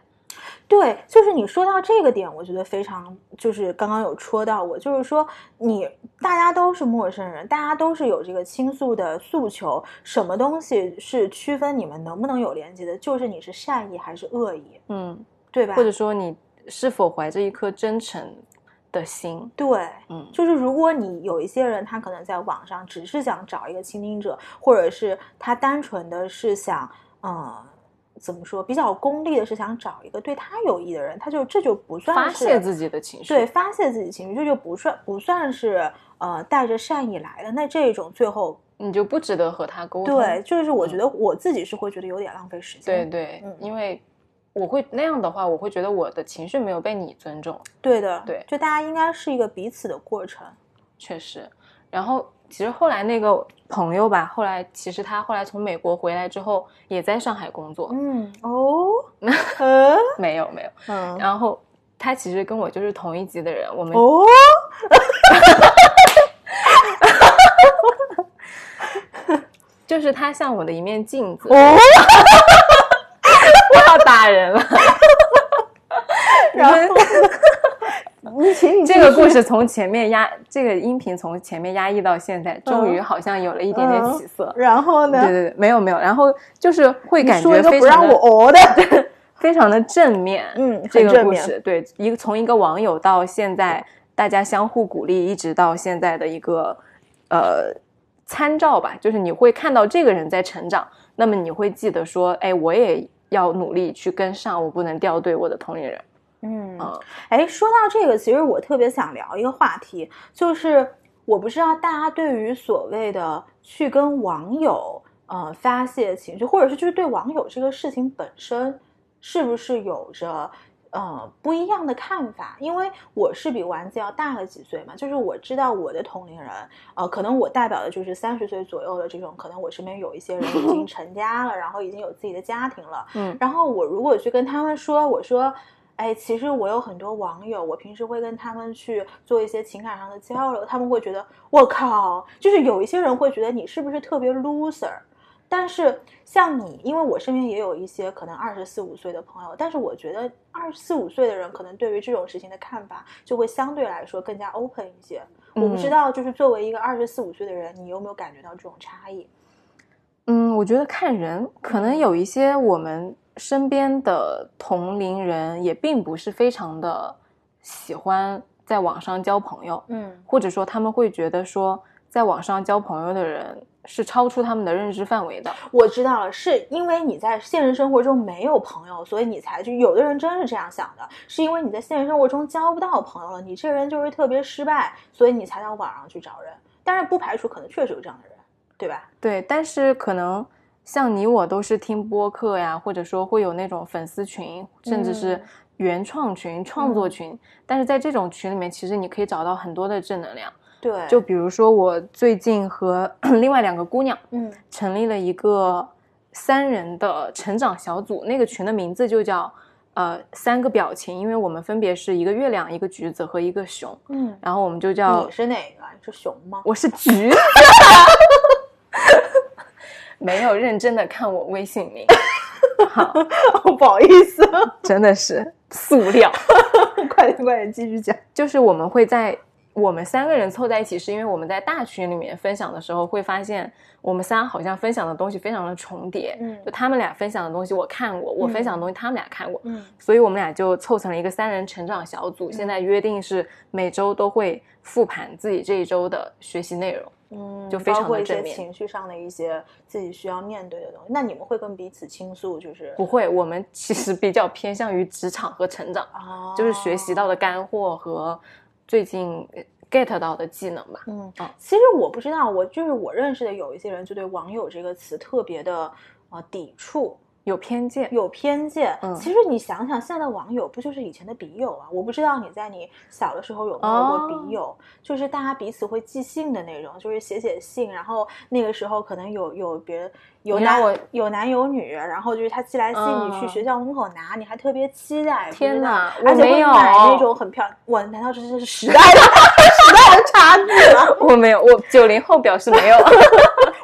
对，就是你说到这个点，我觉得非常，就是刚刚有戳到我，就是说你大家都是陌生人，大家都是有这个倾诉的诉求，什么东西是区分你们能不能有连接的，就是你是善意还是恶意，
嗯，
对吧？
或者说你是否怀着一颗真诚的心？
对，
嗯，
就是如果你有一些人，他可能在网上只是想找一个倾听者，或者是他单纯的是想，呃，怎么说，比较功利的是想找一个对他有益的人，他就这就不算
发
是
泄自己的情绪。
对，发泄自己情绪，这就不算不算是呃带着善意来的。那这种最后
你就不值得和他沟通。
对，就是我
嗯
觉得我自己是会觉得有点浪费时
对
间。
对
嗯
因为我会那样的话，我会觉得我的情绪没有被你尊重，
对的，
对
就大家应该是一个彼此的过程。
确实。然后其实后来那个朋友吧，后来其实他后来从美国回来之后，也在上海工作，
嗯 哦，嗯
没有没有。
嗯
然后他其实跟我就是同一级的人，我们、
哦，
就是他像我的一面镜子，
哦
我要打人了。
然后你请你
这个故事从前面压，这个音频从前面压抑到现在，终于
嗯
好像有了一点点
嗯
起色。
然后呢
对？对对，没有没有，然后就是会
你
感
说一
觉
个
非
不让
常
我
的
哦 的，
非常的正面。
嗯，
这
很
个
正
故
面
事对一个从一个网友到现在大家相互鼓励，一直到现在的一个呃参照吧，就是你会看到这个人在成长，那么你会记得说，哎，我也要努力去跟上，我不能掉队我的同龄人。
嗯
嗯
哎，说到这个，其实我特别想聊一个话题，就是我不知道大家对于所谓的去跟网友呃发泄情绪，或者是就是对网友这个事情本身，是不是有着呃不一样的看法？因为我是比丸子要大了几岁嘛，就是我知道我的同龄人，呃，可能我代表的就是三十岁左右的这种，可能我身边有一些人已经 成家了，然后已经有自己的家庭了。
嗯
然后我如果去跟他们说，我说，哎，其实我有很多网友，我平时会跟他们去做一些情感上的交流，他们会觉得我靠，就是有一些人会觉得你是不是特别 loser。但是像你，因为我身边也有一些可能二十四五岁的朋友，但是我觉得二十四五岁的人可能对于这种事情的看法就会相对来说更加 open 一些。我
嗯
不知道，就是作为一个二十四五岁的人，你有没有感觉到这种差异？
嗯，我觉得看人，可能有一些我们身边的同龄人也并不是非常的喜欢在网上交朋友，
嗯
或者说他们会觉得说在网上交朋友的人是超出他们的认知范围的。
我知道了，是因为你在现实生活中没有朋友，所以你才去。有的人真是这样想的，是因为你在现实生活中交不到朋友了，你这人就是特别失败，所以你才到网上去找人。但是不排除可能确实有这样的人，对吧？
对，但是可能像你我都是听播客呀，或者说会有那种粉丝群，甚至是
嗯
原创群、创作群。但是在这种群里面，其实你可以找到很多的正能量。
对，
就比如说，我最近和 另外两个姑娘
嗯
成立了一个三人的成长小组，那个群的名字就叫呃三个表情，因为我们分别是一个月亮、一个橘子和一个熊，
嗯，
然后我们就叫
你是哪个？啊你是熊吗？
我是橘子， 没有认真的看我微信名，好，
不好意思，
真的是塑料。
快点快点继续讲。
就是我们会在我们三个人凑在一起，是因为我们在大群里面分享的时候，会发现我们仨好像分享的东西非常的重叠。
嗯
就他们俩分享的东西我看过，我分享的东西他们俩看过，
嗯
所以我们俩就凑成了一个三人成长小组。现在约定是每周都会复盘自己这一周的学习内容。
嗯，
就非常
包括
的
一些
正面
情绪上的一些自己需要面对的东西。那你们会跟彼此倾诉，就是
不会，我们其实比较偏向于职场和成长，
啊，
就是学习到的干货和最近呃 get 到的技能吧。
嗯
啊，
其实我不知道，我就是我认识的有一些人就对“网友”这个词特别的呃抵触，
有偏见，
有偏见。
嗯
其实你想想，现在的网友不就是以前的笔友啊？我不知道你在你小的时候有没有过
哦
笔友，就是大家彼此会寄信的那种，就是写写信，然后那个时候可能有有别人。有
你让
男
我
有男有女，然后就是他寄来信，你去
嗯
学校门口拿，你还特别期待。不知
天
道
哪
而
我
且
没
会
有
买那种很漂亮。我难道这是时代的 时代的差距吗？
我没有，我九零后表示没有，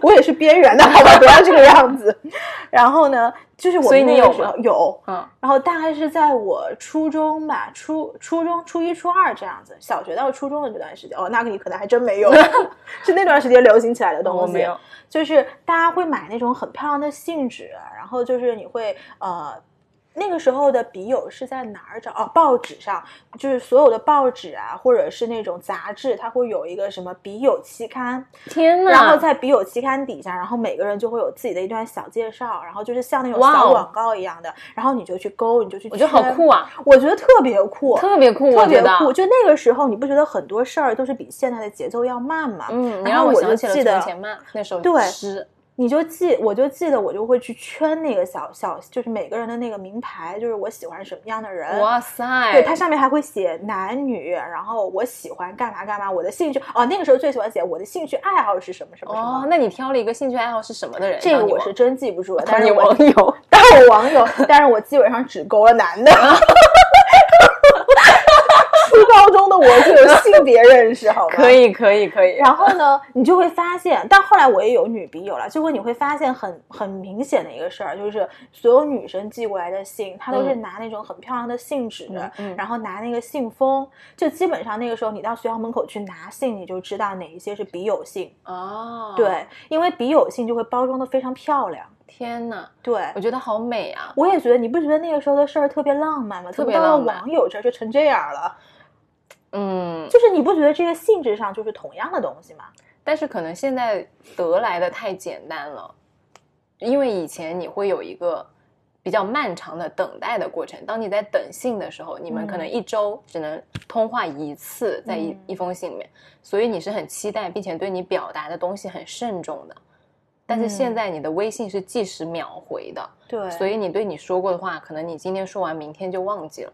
我也是边缘的，好吧，不要这个样子。 然后呢，就是我们
所以你
那个
有
时候
吗
有，
嗯，
然后大概是在我初中吧，初初中初一初二这样子，小学到初中的这段时间，哦，那个你可能还真没 有，是那段时间流行起来的东西。
嗯我哦没有，
就是大家会买那种很漂亮的信纸，然后就是你会呃。那个时候的笔友是在哪儿找？哦，报纸上，就是所有的报纸啊，或者是那种杂志，它会有一个什么笔友期刊，
天哪！
然后在笔友期刊底下，然后每个人就会有自己的一段小介绍，然后就是像那种
哇
小
哦
广告一样的，然后你就去勾，你就去，
我觉得好酷，啊，
我觉得特别酷，
特别酷，
特
我觉
别
得。
酷。就那个时候，你不觉得很多事儿都是比现在的节奏要慢吗？
嗯，你
然
让
后
我
我
想
就
起了
记得
从前慢那首
对
诗，
你就记，我就记得，我就会去圈那个小小，就是每个人的那个名牌，就是我喜欢什么样的人。
哇塞！
对，它上面还会写男女，然后我喜欢干嘛干嘛，我的兴趣哦，那个时候最喜欢写我的兴趣爱好是什么什么什么。
哦，那你挑了一个兴趣爱好是什么的人？
这个
当你
我
网
是真记不住了，但
当你
是我
网 友，
但我网友，但是我基本上只勾了男的。初高中的我就有性别认识，好吗？
可。以，可以，可以。
然后呢，你就会发现，但后来我也有女笔友了，结果你会发现很很明显的一个事儿，就是所有女生寄过来的信，她都是
嗯
拿那种很漂亮的信纸，
嗯嗯
然后拿那个信封，就基本上那个时候你到学校门口去拿信，你就知道哪一些是笔友信。
哦，，
对，因为笔友信就会包装的非常漂亮。
天哪，
对
我，觉得好美啊！
我也觉得，你不觉得那个时候的事儿特别浪漫吗？
特
怎么
别
到了
浪漫
网友这儿就成这样了，
嗯，
就是你不觉得这个性质上就是同样的东西吗？
但是可能现在得来的太简单了，因为以前你会有一个比较漫长的等待的过程。当你在等信的时候，你们可能
嗯
一周只能通话一次，在一、
嗯
一封信里面，所以你是很期待，并且对你表达的东西很慎重的。但是现
嗯
在你的微信是即时秒回的，
对，
所以你对你说过的话，可能你今天说完，明天就忘记了。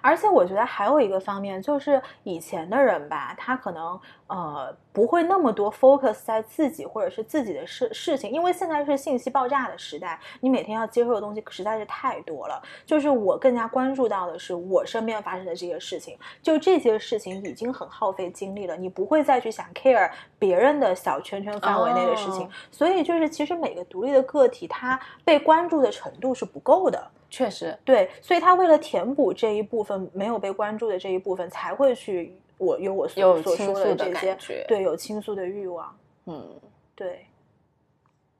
而且我觉得还有一个方面，就是以前的人吧，他可能呃不会那么多 focus 在自己或者是自己的事事情，因为现在是信息爆炸的时代，你每天要接受的东西实在是太多了。就是我更加关注到的是我身边发生的这些事情，就这些事情已经很耗费精力了，你不会再去想 care 别人的小圈圈范围内的事情。
哦
所以就是其实每个独立的个体，他被关注的程度是不够的。
确实，
对，所以他为了填补这一部分没有被关注的这一部分，才会去我有我所
有
所
倾
说
诉的
这
感
些，
觉
对，有倾诉的欲望，
嗯。
对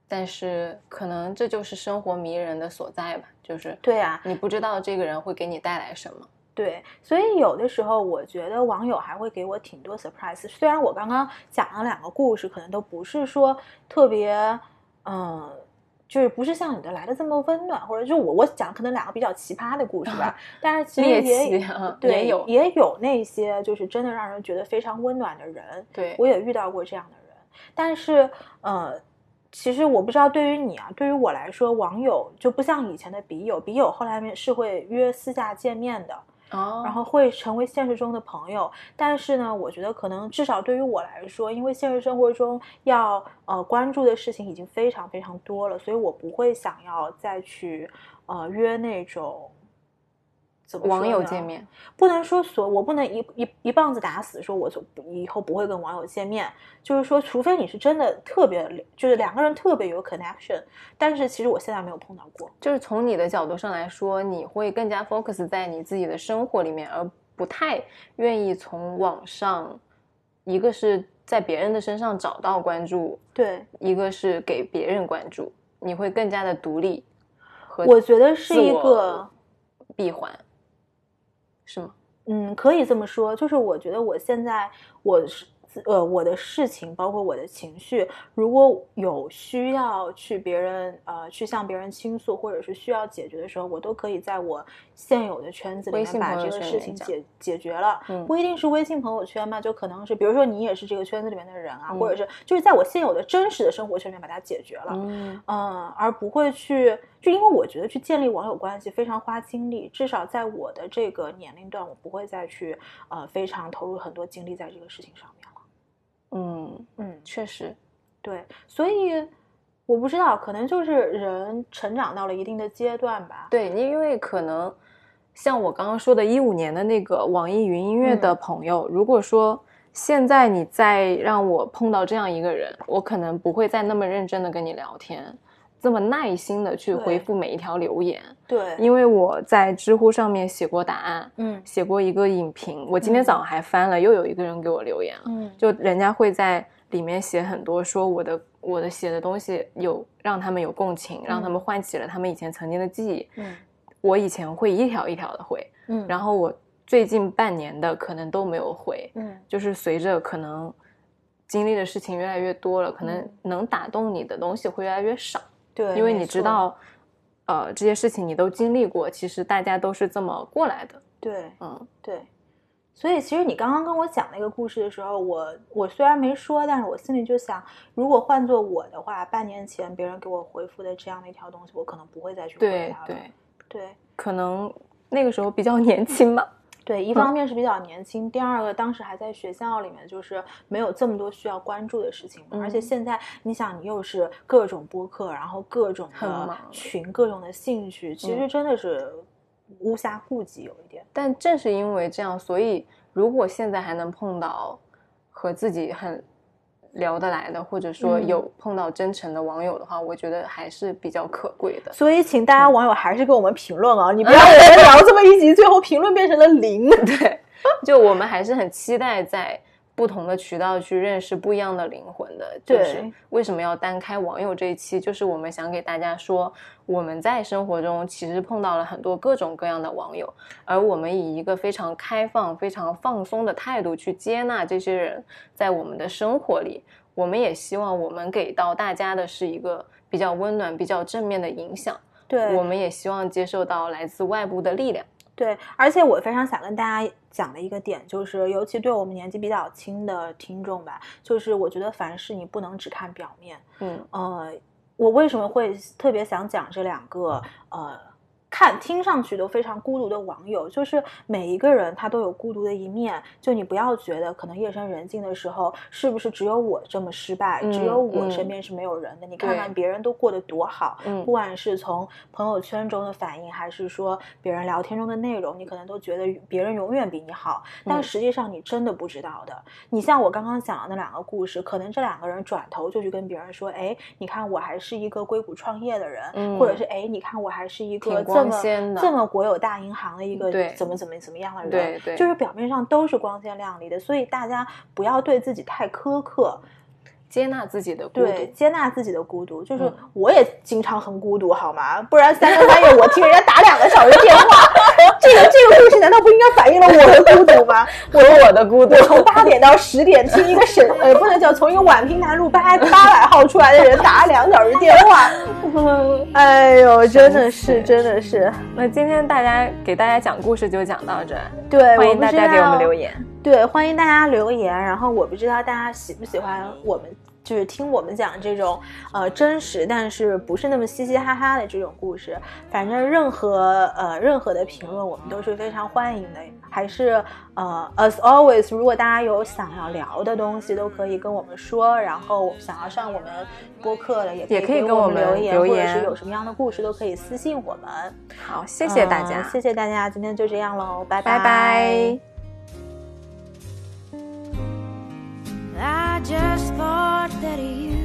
但是可能这就是生活迷人的所在吧，就是
对啊，
你不知道这个人会给你带来什么。
对，所以有的时候我觉得网友还会给我挺多 surprise。虽然我刚刚讲了两个故事，可能都不是说特别，嗯、就是不是像你的来的这么温暖，或者就我我讲可能两个比较奇葩的故事 吧，但是其实
猎
也
奇啊，
对
也有
也有那些就是真的让人觉得非常温暖的人，
对，
我也遇到过这样的人，但是呃，其实我不知道对于你啊，对于我来说，网友就不像以前的笔友，笔友后来面是会约私下见面的，
哦，
然后会成为现实中的朋友。但是呢，我觉得可能至少对于我来说，因为现实生活中要呃关注的事情已经非常非常多了，所以我不会想要再去呃约那种。怎么说
网友
呢
见面，
不能说所，我不能一一一棒子打死，说我从以后不会跟网友见面。就是说，除非你是真的特别，就是两个人特别有 connection，但是其实我现在没有碰到过。
就是从你的角度上来说，你会更加 focus 在你自己的生活里面，而不太愿意从网上，一个是在别人的身上找到关注，
对，
一个是给别人关注，你会更加的独立和
我觉得是
自
一
我
个，
闭环，是吗？
嗯，可以这么说，就是我觉得我现在我是。呃，我的事情包括我的情绪，如果有需要去别人呃去向别人倾诉，或者是需要解决的时候，我都可以在我现有的圈子里
微
面
信
把
朋
这
友
个
圈
事
里
情
讲
解解决了。
嗯
不一定是微信朋友圈吧，就可能是比如说你也是这个圈子里面的人啊，
嗯
或者是就是在我现有的真实的生活圈里面把它解决了。
嗯，
嗯，而不会去，就因为我觉得去建立网友关系非常花精力，至少在我的这个年龄段，我不会再去呃非常投入很多精力在这个事情上面了。
嗯，
嗯，
确实，
对，所以我不知道，可能就是人成长到了一定的阶段吧。
对，你因为可能像我刚刚说的，一五年的那个网易云音乐的
嗯
朋友，如果说现在你再让我碰到这样一个人，我可能不会再那么认真的跟你聊天，这么耐心的去回
对
复每一条留言，
对，
因为我在知乎上面写过答案，
嗯
写过一个影评，我今天早上还翻了，又有一个人给我留言了。
嗯，
就人家会在里面写很多，说我的我的写的东西有让他们有共情，让他们唤起了他们以前曾经的记忆。
嗯
我以前会一条一条的回，
嗯，
然
后
后我最近半年的可能都没有回，
嗯
就是随着可能经历的事情越来越多了，可能
嗯
能打动你的东西会越来越少，
对，
因为
没
你知
错
道，呃，这些事情你都经历过，其实大家都是这么过来的，
对。
嗯
对，所以其实你刚刚跟我讲那个故事的时候，我我虽然没说，但是我心里就想，如果换做我的话，半年前别人给我回复的这样的一条东西，我可能不会再去回
对
他了。
对，
对
可能那个时候比较年轻吧，
对一方面是比较年轻，第二个当时还在学校里面，就是没有这么多需要关注的事情嘛。而且
嗯
现在你想，你又是各种播客，然后各种
很
的
忙
群，各种的兴趣，其
嗯
实真的是无暇顾及有一点。
但正是因为这样，所以如果现在还能碰到和自己很聊得来的，或者说
嗯
有碰到真诚的网友的话，我觉得还是比较可贵的。
所以，请大家网友还是给我们评论啊！你不要 我们聊这么一集，最后评论变成了零。
对，就我们还是很期待在不同的渠道去认识不一样的灵魂的。就是
对
为什么要单开网友这一期，就是我们想给大家说，我们在生活中其实碰到了很多各种各样的网友，而我们以一个非常开放、非常放松的态度去接纳这些人在我们的生活里。我们也希望我们给到大家的是一个比较温暖、比较正面的影响。
对
我们也希望接受到来自外部的力量。
对，而且我非常想跟大家讲的一个点，就是尤其对我们年纪比较轻的听众吧，就是我觉得凡事你不能只看表面。
嗯
呃，我为什么会特别想讲这两个呃？看听上去都非常孤独的网友，就是每一个人他都有孤独的一面。就你不要觉得可能夜深人静的时候，是不是只有我这么失败，只
嗯
有我
嗯
身边是没有人的？你看
对
看别人都过得多好，
嗯
不管是从朋友圈中的反应，还是说别人聊天中的内容，你可能都觉得别人永远比你好，但
嗯
实际上你真的不知道的。你像我刚刚讲的那两个故事，可能这两个人转头就去跟别人说：“哎，你看我还是一个硅谷创业的人，
嗯
或者是哎，你看我还是一个
挺
这
光
么
鲜的嗯
这么国有大银行的一个
对
怎么怎么怎么样的人。”
对对，
就是表面上都是光鲜亮丽的，所以大家不要对自己太苛刻。
接纳自己的孤独。
对，接纳自己的孤独，就是
嗯
我也经常很孤独，好吗？不然三更半夜我听人家打两个小时电话， 这个这个故事难道不应该反映了我的孤独吗？
我有我的孤独
我。从八点到十点听一个沈，呃，不能叫从一个宛平南 路八八百号出来的人打两个小时电话，哎呦，真的是，真的是，
那今天大家给大家讲故事就讲到这儿，
对，
欢迎大家给我们留
言。
言。
对，欢迎大家留言。然后我不知道大家喜不喜欢我们，就是听我们讲这种呃真实，但是不是那么嘻嘻哈哈的这种故事。反正任何呃任何的评论，我们都是非常欢迎的。还是呃，as always，如果大家有想要聊的东西，都可以跟我们说。然后想要上我们播客的，也
也可以
给
跟
我
我
们
们
留言，
留
或者
言
是有什么样的故事，都可以私信我们。
好，谢谢大
呃
家，
谢谢大家，今天就这样喽，
拜拜
I just thought that you